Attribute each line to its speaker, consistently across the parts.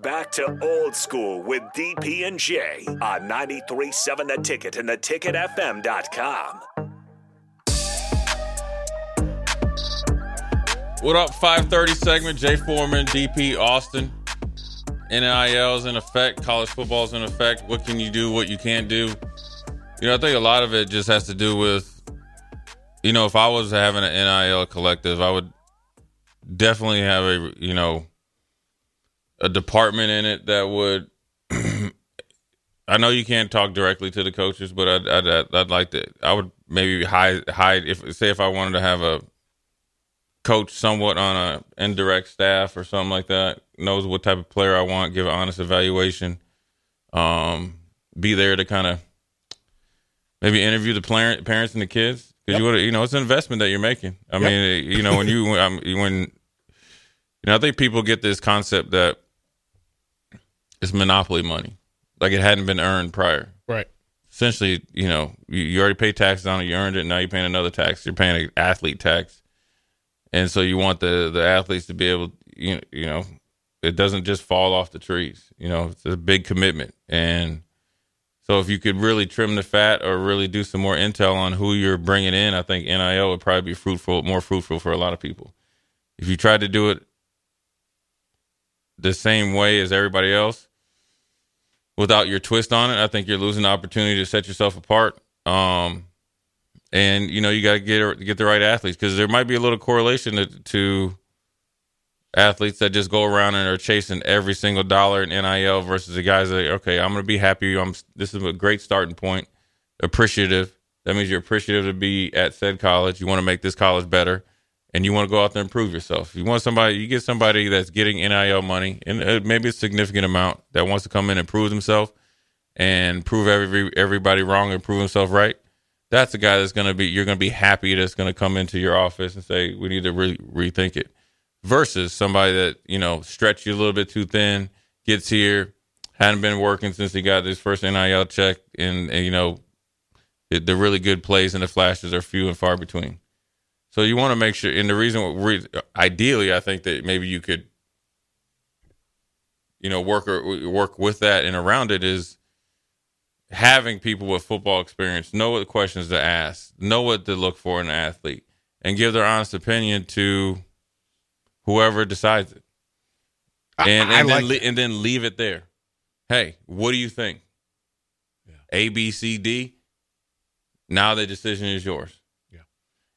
Speaker 1: Back to old school with DP and J on 937 the ticket and the ticketfm.com.
Speaker 2: What up? 5:30 segment. Jay Foreman, DP Austin. NILs in effect. College football's in effect. What can you do? What you can't do? You know, I think a lot of it just has to do with, you know, if I was having an NIL collective, I would definitely have a, you know, a department in it that would. I know you can't talk directly to the coaches, but I'd, I'd, I'd, I'd like to. I would maybe hide hide if say if I wanted to have a coach somewhat on a indirect staff or something like that knows what type of player I want, give an honest evaluation, um, be there to kind of maybe interview the parent, parents and the kids because you would you know it's an investment that you're making. I mean, you know when you when, I'm- when you know, I think people get this concept that it's monopoly money, like it hadn't been earned prior.
Speaker 3: Right.
Speaker 2: Essentially, you know, you, you already paid taxes on it, you earned it, now you're paying another tax. You're paying an athlete tax, and so you want the the athletes to be able, you know, you know, it doesn't just fall off the trees. You know, it's a big commitment, and so if you could really trim the fat or really do some more intel on who you're bringing in, I think NIL would probably be fruitful, more fruitful for a lot of people. If you tried to do it the same way as everybody else without your twist on it, I think you're losing the opportunity to set yourself apart. Um, and you know you got to get get the right athletes because there might be a little correlation to, to athletes that just go around and are chasing every single dollar in NIL versus the guys that okay, I'm going to be happy. I'm this is a great starting point. Appreciative. That means you're appreciative to be at said college. You want to make this college better and you want to go out there and prove yourself. You want somebody, you get somebody that's getting NIL money and uh, maybe a significant amount that wants to come in and prove himself and prove every everybody wrong and prove himself right. That's the guy that's going to be you're going to be happy that's going to come into your office and say we need to re- rethink it versus somebody that, you know, stretch you a little bit too thin, gets here, hadn't been working since he got his first NIL check and, and you know, the, the really good plays and the flashes are few and far between. So you want to make sure, and the reason, re- ideally, I think that maybe you could, you know, work or work with that and around it is having people with football experience know what questions to ask, know what to look for in an athlete, and give their honest opinion to whoever decides it,
Speaker 3: I-
Speaker 2: and
Speaker 3: I
Speaker 2: and
Speaker 3: like
Speaker 2: then le- and then leave it there. Hey, what do you think? A, B, C, D. Now the decision is yours.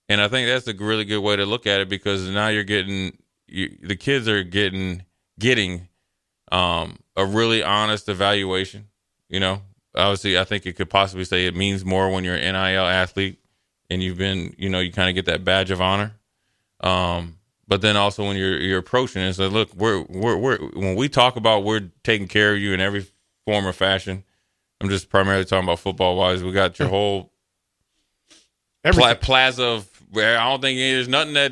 Speaker 2: And I think that's a really good way to look at it because now you're getting you, the kids are getting getting um, a really honest evaluation. You know, obviously, I think it could possibly say it means more when you're an NIL athlete and you've been, you know, you kind of get that badge of honor. Um, but then also when you're you're approaching it, so look, we're we're we're when we talk about we're taking care of you in every form or fashion. I'm just primarily talking about football wise. We got your whole pla-
Speaker 3: Mm. Everything.
Speaker 2: plaza of where I don't think there's nothing that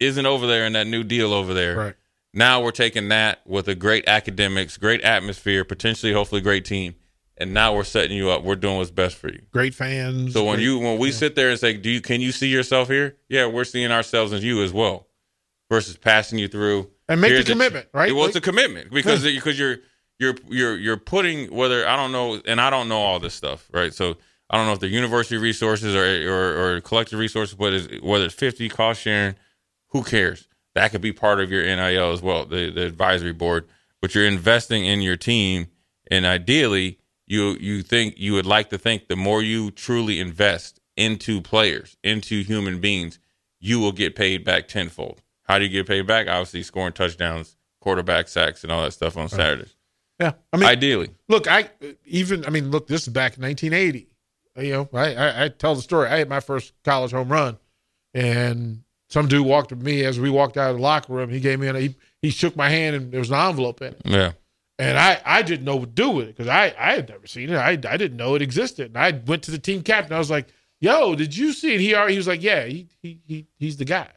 Speaker 2: isn't over there in that new deal over there.
Speaker 3: Right.
Speaker 2: Now we're taking that with a great academics, great atmosphere, potentially hopefully great team, and now we're setting you up. We're doing what's best for you.
Speaker 3: Great fans.
Speaker 2: So when
Speaker 3: great-
Speaker 2: you when we sit there and say, "Do you can you see yourself here?" Yeah, we're seeing ourselves in you as well, versus passing you through
Speaker 3: And make the
Speaker 2: Here's
Speaker 3: commitment, right?
Speaker 2: It was
Speaker 3: Like-
Speaker 2: a commitment because because you're you're you're you're putting whether I don't know and I don't know all this stuff, right? So I don't know if the university resources or or, or collective resources, but it's, whether it's fifty cost sharing, who cares? That could be part of your NIL as well, the the advisory board. but you're investing in your team. And ideally, you you think you would like to think the more you truly invest into players, into human beings, you will get paid back tenfold. How do you get paid back? Obviously, scoring touchdowns, quarterback sacks, and all that stuff on Saturdays.
Speaker 3: Yeah, I mean,
Speaker 2: ideally,
Speaker 3: look, I even I mean, look, this is back in 1980. You know, I, I I tell the story. I hit my first college home run, and some dude walked with me as we walked out of the locker room. He gave me an he, he shook my hand, and there was an envelope in it.
Speaker 2: yeah.
Speaker 3: And I, I didn't know what to do with it because I, I had never seen it. I, I didn't know it existed. And I went to the team captain. I was like, yo, did you see it? He already, he was like, yeah, he, he, he he's the guy.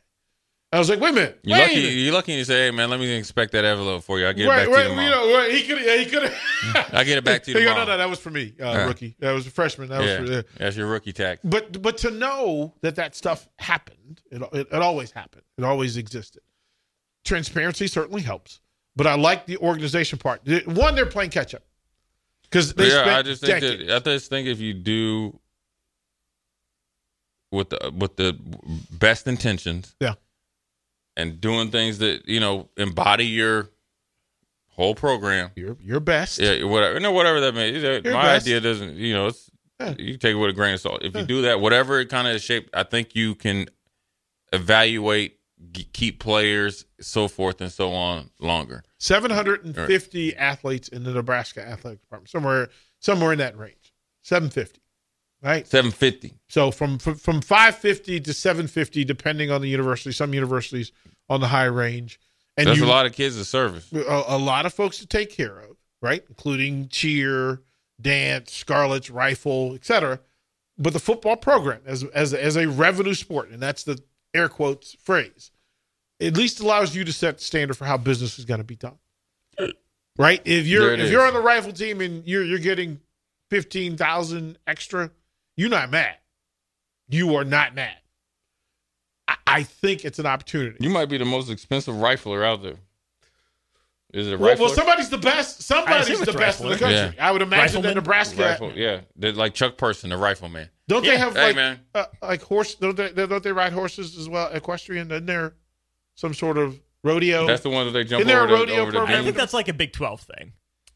Speaker 3: I was like, wait a minute.
Speaker 2: You're
Speaker 3: wait
Speaker 2: lucky.
Speaker 3: a minute.
Speaker 2: You're lucky. You say, "Hey, man, let me inspect that envelope for you. I will get it
Speaker 3: Right,
Speaker 2: back to you
Speaker 3: right,
Speaker 2: tomorrow."
Speaker 3: you know, right, he could, yeah, he could.
Speaker 2: I'll get it back to you
Speaker 3: They go,
Speaker 2: tomorrow.
Speaker 3: No, no, that was for me, uh,
Speaker 2: right.
Speaker 3: rookie. That was a freshman. That was for
Speaker 2: yeah,
Speaker 3: there.
Speaker 2: that's your rookie tax.
Speaker 3: But but to know that that stuff happened, it, it, it always happened. It always existed. Transparency certainly helps. But I like the organization part. One, they're playing catch up because they
Speaker 2: yeah,
Speaker 3: spent
Speaker 2: I just think
Speaker 3: decades.
Speaker 2: that, I just think if you do with the with the best intentions,
Speaker 3: Yeah.
Speaker 2: and doing things that you know embody your whole program,
Speaker 3: your your best.
Speaker 2: yeah, whatever, no, whatever that may. that-
Speaker 3: Your
Speaker 2: My
Speaker 3: best.
Speaker 2: idea doesn't, you know, it's
Speaker 3: Yeah.
Speaker 2: you take it with a grain of salt. If you do that, whatever it kind of is shaped, I think you can evaluate, g- keep players, so forth and so on, longer.
Speaker 3: 750 athletes in the Nebraska athletic department, somewhere somewhere in that range. 750. Right?
Speaker 2: Seven fifty.
Speaker 3: So from from from 550 to 750 depending on the university, some universities on the high range. And
Speaker 2: That's
Speaker 3: you
Speaker 2: a lot of kids to service.
Speaker 3: a, a lot of folks to take care of, right? Including cheer, dance, scarlets, rifle, etc. But the football program, as as as a revenue sport, and that's the air quotes phrase, at least allows you to set the standard for how business is going to be done, right? If you're
Speaker 2: There it
Speaker 3: if
Speaker 2: is.
Speaker 3: you're on the rifle team and you're you're getting fifteen thousand extra, you're not mad. You are not mad. I, I think it's an opportunity.
Speaker 2: You might be the most expensive rifler out there. Is it a
Speaker 3: Well,
Speaker 2: rifle?
Speaker 3: well, somebody's the best.
Speaker 4: I
Speaker 3: Somebody's
Speaker 4: assume
Speaker 3: the
Speaker 4: it's
Speaker 3: best in the
Speaker 4: rifle,
Speaker 3: country. I would imagine that
Speaker 4: Rifleman?
Speaker 3: Nebraska.
Speaker 2: rifle, yeah. They're like Chuck Person, the rifleman.
Speaker 3: Don't
Speaker 4: Yeah.
Speaker 3: they have
Speaker 2: Hey,
Speaker 3: like
Speaker 2: man.
Speaker 3: uh, like horse? Don't they don't they ride horses as well? Equestrian? Isn't there some sort of rodeo?
Speaker 2: That's the one that they jump
Speaker 3: Oh. Isn't there
Speaker 2: over, the,
Speaker 3: a rodeo
Speaker 2: over the
Speaker 3: program?
Speaker 4: I
Speaker 2: beam.
Speaker 4: think that's like a Big 12 thing.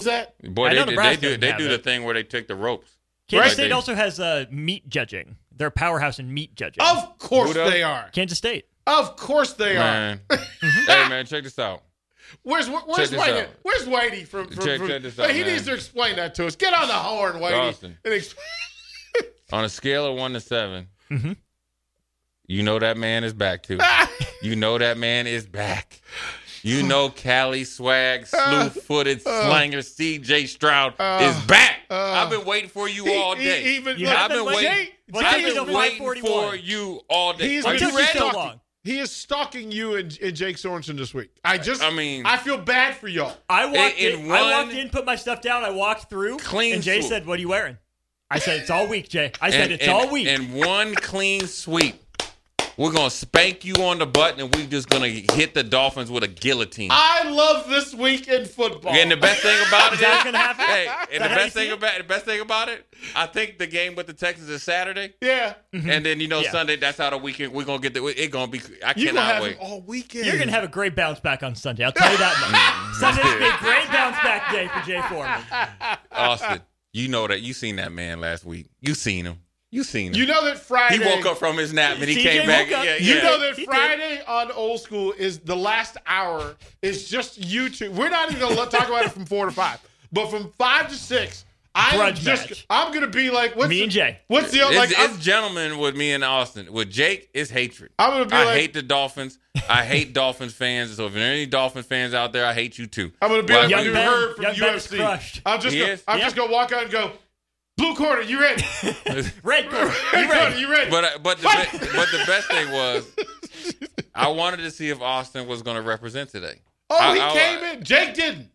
Speaker 3: Is that
Speaker 2: Boy,
Speaker 4: I know
Speaker 2: they, they
Speaker 4: Nebraska
Speaker 2: do they
Speaker 4: have
Speaker 2: do
Speaker 4: it.
Speaker 2: the thing where they take the ropes.
Speaker 4: Kansas
Speaker 2: Right.
Speaker 4: State
Speaker 2: They-
Speaker 4: also has uh, meat judging. They're a powerhouse in meat judging.
Speaker 3: of course
Speaker 2: Buddha?
Speaker 3: they are.
Speaker 4: Kansas State.
Speaker 3: Of course they
Speaker 2: uh,
Speaker 3: are.
Speaker 2: Man. hey man, check this out.
Speaker 3: Where's where- where's
Speaker 2: this
Speaker 3: Whitey?
Speaker 2: out.
Speaker 3: Where's Whitey from? from,
Speaker 2: Check-
Speaker 3: from-
Speaker 2: check this
Speaker 3: Hey,
Speaker 2: out,
Speaker 3: he
Speaker 2: man.
Speaker 3: needs to explain that to us. Get on the horn, Whitey,
Speaker 2: Dawson.
Speaker 3: and explain.
Speaker 2: On a scale of one to 7
Speaker 4: Mm-hmm.
Speaker 2: you know that man is back too. you know that man is back. You know Cali Swag, slew footed slanger CJ Stroud is back. I've been waiting for you all
Speaker 3: He-
Speaker 2: day.
Speaker 3: he even
Speaker 4: You
Speaker 3: look,
Speaker 4: have
Speaker 2: I've been
Speaker 4: Wait,
Speaker 2: waiting.
Speaker 3: Jay-
Speaker 4: wait
Speaker 3: Jay
Speaker 4: till
Speaker 3: is
Speaker 4: you
Speaker 3: waiting.
Speaker 4: know
Speaker 2: waiting
Speaker 4: 541.
Speaker 2: for you all day.
Speaker 3: He's
Speaker 2: Are
Speaker 3: been
Speaker 4: What
Speaker 2: you
Speaker 4: took you
Speaker 2: ready?
Speaker 4: so long?
Speaker 3: He is stalking you and, and Jake Sorensen this week. I just,
Speaker 2: I mean-
Speaker 3: I feel bad for y'all.
Speaker 4: I walked
Speaker 2: in
Speaker 4: in, I
Speaker 2: one
Speaker 4: walked in, put my stuff down, I walked through,
Speaker 2: clean
Speaker 4: and Jay
Speaker 2: swoop.
Speaker 4: said, "What are you wearing?" I said, "It's all week, Jay." I said, "It's all week."
Speaker 2: And one clean sweep. We're gonna spank you on the butt, and we're just gonna hit the Dolphins with a guillotine.
Speaker 3: I love this week in football.
Speaker 2: and the best thing about it
Speaker 4: Is that
Speaker 2: is-
Speaker 4: gonna happen?
Speaker 2: Hey,
Speaker 4: Is
Speaker 2: and the
Speaker 4: that how you
Speaker 2: best
Speaker 4: see
Speaker 2: thing
Speaker 4: it?
Speaker 2: about the best thing about it, I think the game with the Texans is Saturday,
Speaker 3: Mm-hmm. yeah,
Speaker 2: and then you know
Speaker 4: Yeah.
Speaker 2: Sunday. That's how the weekend we're gonna get the. It gonna be. I
Speaker 3: you gonna
Speaker 2: cannot
Speaker 3: have
Speaker 2: wait.
Speaker 3: him all weekend.
Speaker 4: You're gonna have a great bounce back on Sunday. I'll tell you that
Speaker 2: Mm.
Speaker 4: much. Sunday's gonna be a great bounce back day for Jay Foreman.
Speaker 2: Austin, you know that you seen that man last week. You seen him. You seen
Speaker 3: You
Speaker 2: him.
Speaker 3: know that Friday.
Speaker 2: he woke up from his nap and he
Speaker 4: CJ
Speaker 2: came back.
Speaker 4: woke up.
Speaker 2: Yeah,
Speaker 3: You
Speaker 2: yeah.
Speaker 3: know that
Speaker 4: He did.
Speaker 3: Friday on Old School is the last hour is just you two. We're not even gonna let- talk about it from four to five, but from five to six, I'm
Speaker 4: Grudge
Speaker 3: just
Speaker 4: match.
Speaker 3: I'm gonna be like, what's
Speaker 4: Me
Speaker 3: the,
Speaker 4: and Jay.
Speaker 3: What's the like?
Speaker 2: it's,
Speaker 3: I'm,
Speaker 2: it's gentlemen with me and Austin. With Jake, it's hatred.
Speaker 3: I'm gonna be
Speaker 2: I
Speaker 3: like-
Speaker 2: hate the Dolphins. I hate Dolphins fans. So if there are any Dolphins fans out there, I hate you too.
Speaker 3: I'm gonna be
Speaker 2: Well,
Speaker 3: like
Speaker 2: I
Speaker 3: when you
Speaker 2: do.
Speaker 4: Ben.
Speaker 3: heard from
Speaker 4: Young Ben's
Speaker 3: UFC.
Speaker 4: crushed.
Speaker 3: I'm just
Speaker 2: He
Speaker 3: gonna,
Speaker 2: is?
Speaker 3: I'm
Speaker 4: Yeah.
Speaker 3: just gonna walk out and go, blue corner, you ready?
Speaker 4: Red corner.
Speaker 3: Red
Speaker 4: You
Speaker 3: corner,
Speaker 4: ready?
Speaker 3: you ready?
Speaker 2: But I- but the, be- but the best thing was, I wanted to see if Austin was going to represent today.
Speaker 3: oh, he
Speaker 2: I- I-
Speaker 3: came in. Jake didn't.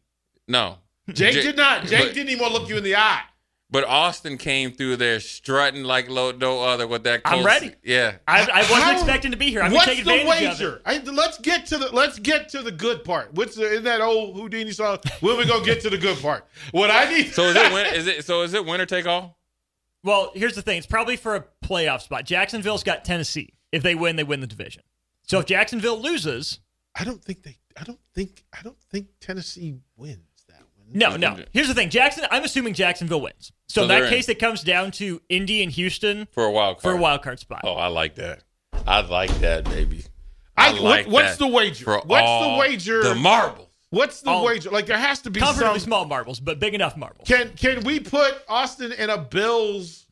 Speaker 2: No,
Speaker 3: Jake
Speaker 2: Jake-
Speaker 3: did not. Jake
Speaker 2: but-
Speaker 3: didn't even want to look you in the eye.
Speaker 2: but Austin came through there strutting like lo- no other with that.
Speaker 4: I'm
Speaker 2: Colts-
Speaker 4: ready.
Speaker 2: Yeah,
Speaker 4: I, I wasn't
Speaker 3: How-
Speaker 4: expecting to be here. I'm
Speaker 3: what's
Speaker 4: gonna take advantage
Speaker 3: the
Speaker 4: of it.
Speaker 3: wager? I, let's get to the let's get to the good part. What's the, in that old Houdini song? When we gonna get to the good part? What I need?
Speaker 2: So is it win- is it so is it winner take all?
Speaker 4: Well, here's the thing. It's probably for a playoff spot. Jacksonville's got Tennessee. If they win, they win the division. So if Jacksonville loses,
Speaker 3: I don't think they. I don't think. I don't think Tennessee wins that one.
Speaker 4: no, no. Here's the thing. Jackson, I'm assuming Jacksonville wins. So,
Speaker 2: So
Speaker 4: in
Speaker 2: they're
Speaker 4: that
Speaker 2: in.
Speaker 4: case, it comes down to Indy and Houston
Speaker 2: for a wild card?
Speaker 4: for a wild card spot.
Speaker 2: Oh, I like that. I like that, baby.
Speaker 3: I, what- what's the wager?
Speaker 2: For
Speaker 3: what's the
Speaker 2: all
Speaker 3: wager?
Speaker 2: The marbles.
Speaker 3: what's the
Speaker 4: all-
Speaker 3: wager? Like there has to be
Speaker 4: Comfortably
Speaker 3: some.
Speaker 4: small marbles, but big enough marbles.
Speaker 3: Can can we put Austin in a Bills?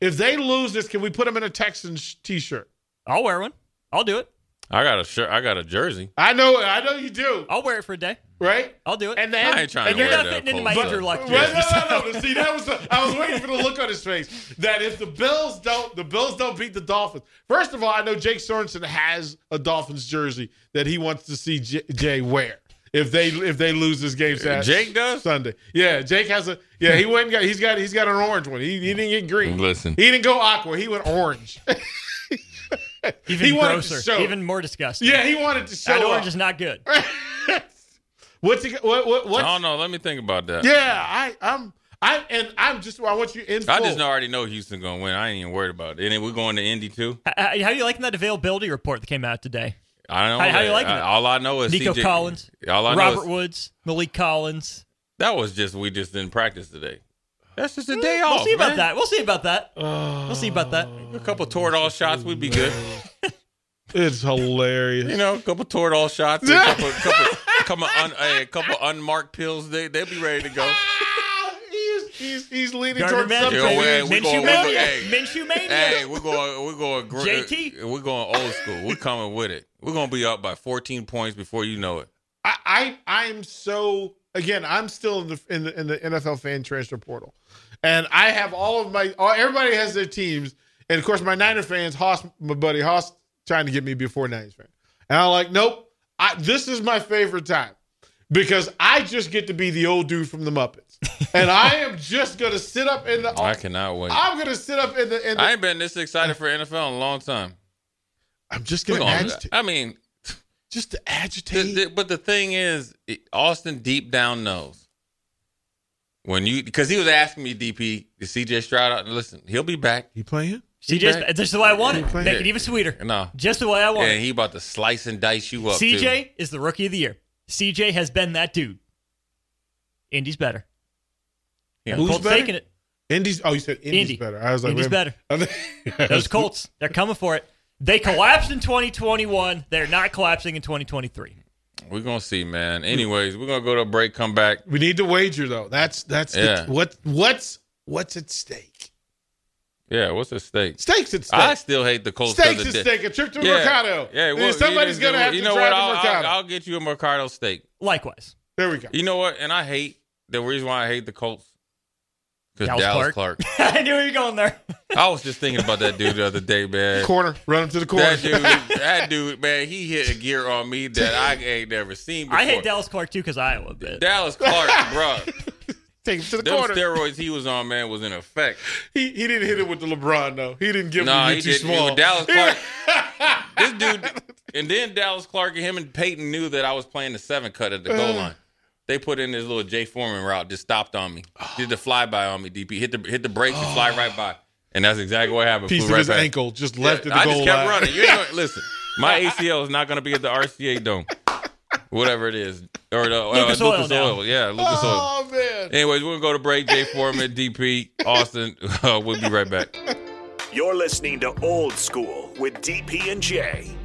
Speaker 3: If they lose this, can we put him in a Texans t-shirt?
Speaker 4: I'll wear one. I'll do it.
Speaker 2: I got a shirt. I got a jersey.
Speaker 3: I know. I know you do.
Speaker 4: I'll wear it for a day.
Speaker 3: Right.
Speaker 4: I'll do it.
Speaker 3: And then
Speaker 2: I ain't trying
Speaker 4: and
Speaker 2: to
Speaker 4: you're
Speaker 2: wear
Speaker 4: not
Speaker 2: that
Speaker 4: fitting into
Speaker 2: cold
Speaker 4: my
Speaker 2: stuff.
Speaker 4: Andrew Luck.
Speaker 3: Well, no, no, no, no. See, that was the, I was waiting for the look on his face. That if the Bills don't, the Bills don't beat the Dolphins. First of all, I know Jake Sorensen has a Dolphins jersey that he wants to see J- Jay wear if they if they lose this game Saturday.
Speaker 2: Jake does?
Speaker 3: Sunday. Yeah, Jake has a. Yeah, he went. And got, he's got. He's got an orange one. He, he didn't get green.
Speaker 2: Listen.
Speaker 3: he didn't go aqua. He went orange.
Speaker 4: Even
Speaker 3: He wanted to
Speaker 4: grosser.
Speaker 3: show it.
Speaker 4: Even more disgusting.
Speaker 3: yeah, he wanted to show.
Speaker 4: That orange
Speaker 3: up.
Speaker 4: is not good. Uh,
Speaker 3: what's he? What? What?
Speaker 2: I
Speaker 3: What's,
Speaker 2: don't know. Let me think about that.
Speaker 3: yeah, I. I'm. I and I'm just. I want you in.
Speaker 2: I
Speaker 3: full.
Speaker 2: just know I already know Houston gonna win. I ain't even worried about it. And then we're going to Indy too.
Speaker 4: H- h- uh, How are you liking that availability report that came out today?
Speaker 2: I don't know.
Speaker 4: How- how
Speaker 2: that.
Speaker 4: you liking
Speaker 2: I-
Speaker 4: it?
Speaker 2: All I know is
Speaker 4: Nico
Speaker 2: CJ
Speaker 4: Collins,
Speaker 2: All I know
Speaker 4: Robert
Speaker 2: is-
Speaker 4: Woods, Malik Collins.
Speaker 2: That was just we just didn't practice today. That's just a day
Speaker 4: We'll
Speaker 2: off.
Speaker 4: see about
Speaker 2: man.
Speaker 4: that. We'll see about that.
Speaker 3: Oh.
Speaker 4: we'll see about that.
Speaker 2: A couple toward all shots, we'd be good.
Speaker 3: It's hilarious.
Speaker 2: You know, a couple toward all shots, a couple, couple, couple, un, a couple unmarked pills. They they'll be ready to go.
Speaker 3: Ah, he's, he's, he's leaning
Speaker 4: Gardner
Speaker 3: towards something.
Speaker 4: Minshew
Speaker 2: Yo, hey, we
Speaker 4: Minshew
Speaker 2: going- we going-
Speaker 4: Mania.
Speaker 2: hey.
Speaker 4: Minshew Mania.
Speaker 2: Hey, we're going, we're going, gr-
Speaker 4: JT.
Speaker 2: We're going old school. We're coming with it. We're gonna be up by 14 points before you know it.
Speaker 3: I, I I'm so again. I'm still in the in the in the NFL fan transfer portal, and I have all of my. All, everybody has their teams, and of course my Niner fans. Haas, my buddy Haas, trying to get me before Niners fan, and I'm like, nope. I, this is my favorite time because I just get to be the old dude from the Muppets, and I am just gonna sit up in the.
Speaker 2: I cannot wait.
Speaker 3: I'm gonna sit up in the. In the
Speaker 2: I ain't been this excited for NFL in a long time.
Speaker 3: I'm just
Speaker 2: We're
Speaker 3: gonna
Speaker 2: going-
Speaker 3: agitate.
Speaker 2: I mean,
Speaker 3: Just to agitate.
Speaker 2: th- th- but the thing is, it- Austin deep down knows when you because he was asking me DP is CJ Stroud. out? Listen, he'll be back.
Speaker 3: you playing?
Speaker 4: CJ's
Speaker 2: back.
Speaker 4: That's the way I want it.
Speaker 3: playing?
Speaker 4: Make it even sweeter.
Speaker 2: No,
Speaker 4: Just the way I want
Speaker 2: and
Speaker 4: it.
Speaker 2: he about to slice and dice you up. too.
Speaker 4: CJ is the rookie of the year. CJ has been that dude. Indy's better.
Speaker 2: Yeah.
Speaker 3: Who's
Speaker 4: Colts
Speaker 3: better?
Speaker 4: taking it.
Speaker 3: Indies. Oh, you said Indies
Speaker 4: Indy.
Speaker 3: better. I was like,
Speaker 4: Indy's
Speaker 3: wait a minute.
Speaker 4: Those Colts, they're coming for it. They collapsed in 2021. They're not collapsing in 2023.
Speaker 2: We're gonna see, man. Anyways, we're gonna go to a break, come back.
Speaker 3: we need to wager though. That's that's
Speaker 2: Yeah.
Speaker 3: the, what what's what's at stake.
Speaker 2: Yeah, what's at stake?
Speaker 3: Stakes at stake.
Speaker 2: I still hate the Colts.
Speaker 3: Stakes
Speaker 2: to
Speaker 3: at
Speaker 2: the
Speaker 3: stake.
Speaker 2: day.
Speaker 3: A trip to
Speaker 2: Yeah,
Speaker 3: Mercado.
Speaker 2: yeah.
Speaker 3: And
Speaker 2: well,
Speaker 3: somebody's
Speaker 2: you
Speaker 3: gonna
Speaker 2: know-
Speaker 3: have
Speaker 2: you
Speaker 3: to
Speaker 2: know
Speaker 3: drive
Speaker 2: what?
Speaker 3: to
Speaker 2: I'll,
Speaker 3: Mercado.
Speaker 2: I'll, I'll get you a Mercado steak.
Speaker 4: Likewise.
Speaker 3: there we go.
Speaker 2: You know what? And I hate the reason why I hate the Colts because
Speaker 4: Dallas
Speaker 2: Dallas,
Speaker 4: Clark.
Speaker 2: Clark.
Speaker 4: I knew you were going there.
Speaker 2: I was just thinking about that dude the other day, man.
Speaker 3: Corner. Run him to the corner.
Speaker 2: That dude, that dude, man, he hit a gear on me that I ain't never seen before.
Speaker 4: I hate Dallas Clark too because Iowa. But
Speaker 2: Dallas Clark, bro.
Speaker 3: Take him to the
Speaker 2: Them
Speaker 3: corner.
Speaker 2: steroids he was on, man, was in effect.
Speaker 3: he, he didn't hit it with the LeBron though. He didn't give
Speaker 2: Nah,
Speaker 3: him
Speaker 2: he
Speaker 3: the too
Speaker 2: didn't.
Speaker 3: small.
Speaker 2: Dallas Clark. this dude, and then Dallas Clark and him and Peyton knew that I was playing the seven cut at the
Speaker 3: Uh.
Speaker 2: goal line. They put in this little Jay Foreman route, just stopped on me, did the flyby on me. DP hit the hit the brakes and fly right by, and that's exactly what happened.
Speaker 3: Oh. Piece
Speaker 2: Flew
Speaker 3: of
Speaker 2: right
Speaker 3: his
Speaker 2: back.
Speaker 3: ankle just left at the
Speaker 2: I
Speaker 3: goal
Speaker 2: just kept
Speaker 3: line.
Speaker 2: running. You ain't gonna, listen, my ACL is not going to be at the RCA Dome, whatever it is, or the uh,
Speaker 4: Lucas
Speaker 2: Lucas,
Speaker 4: Oil now.
Speaker 2: Oil. Yeah, Lucas Oil.
Speaker 3: Oh man.
Speaker 2: Anyways, we're gonna go to break. Jay Foreman, DP, Austin. Uh, we'll be right back.
Speaker 1: You're listening to Old School with DP and J.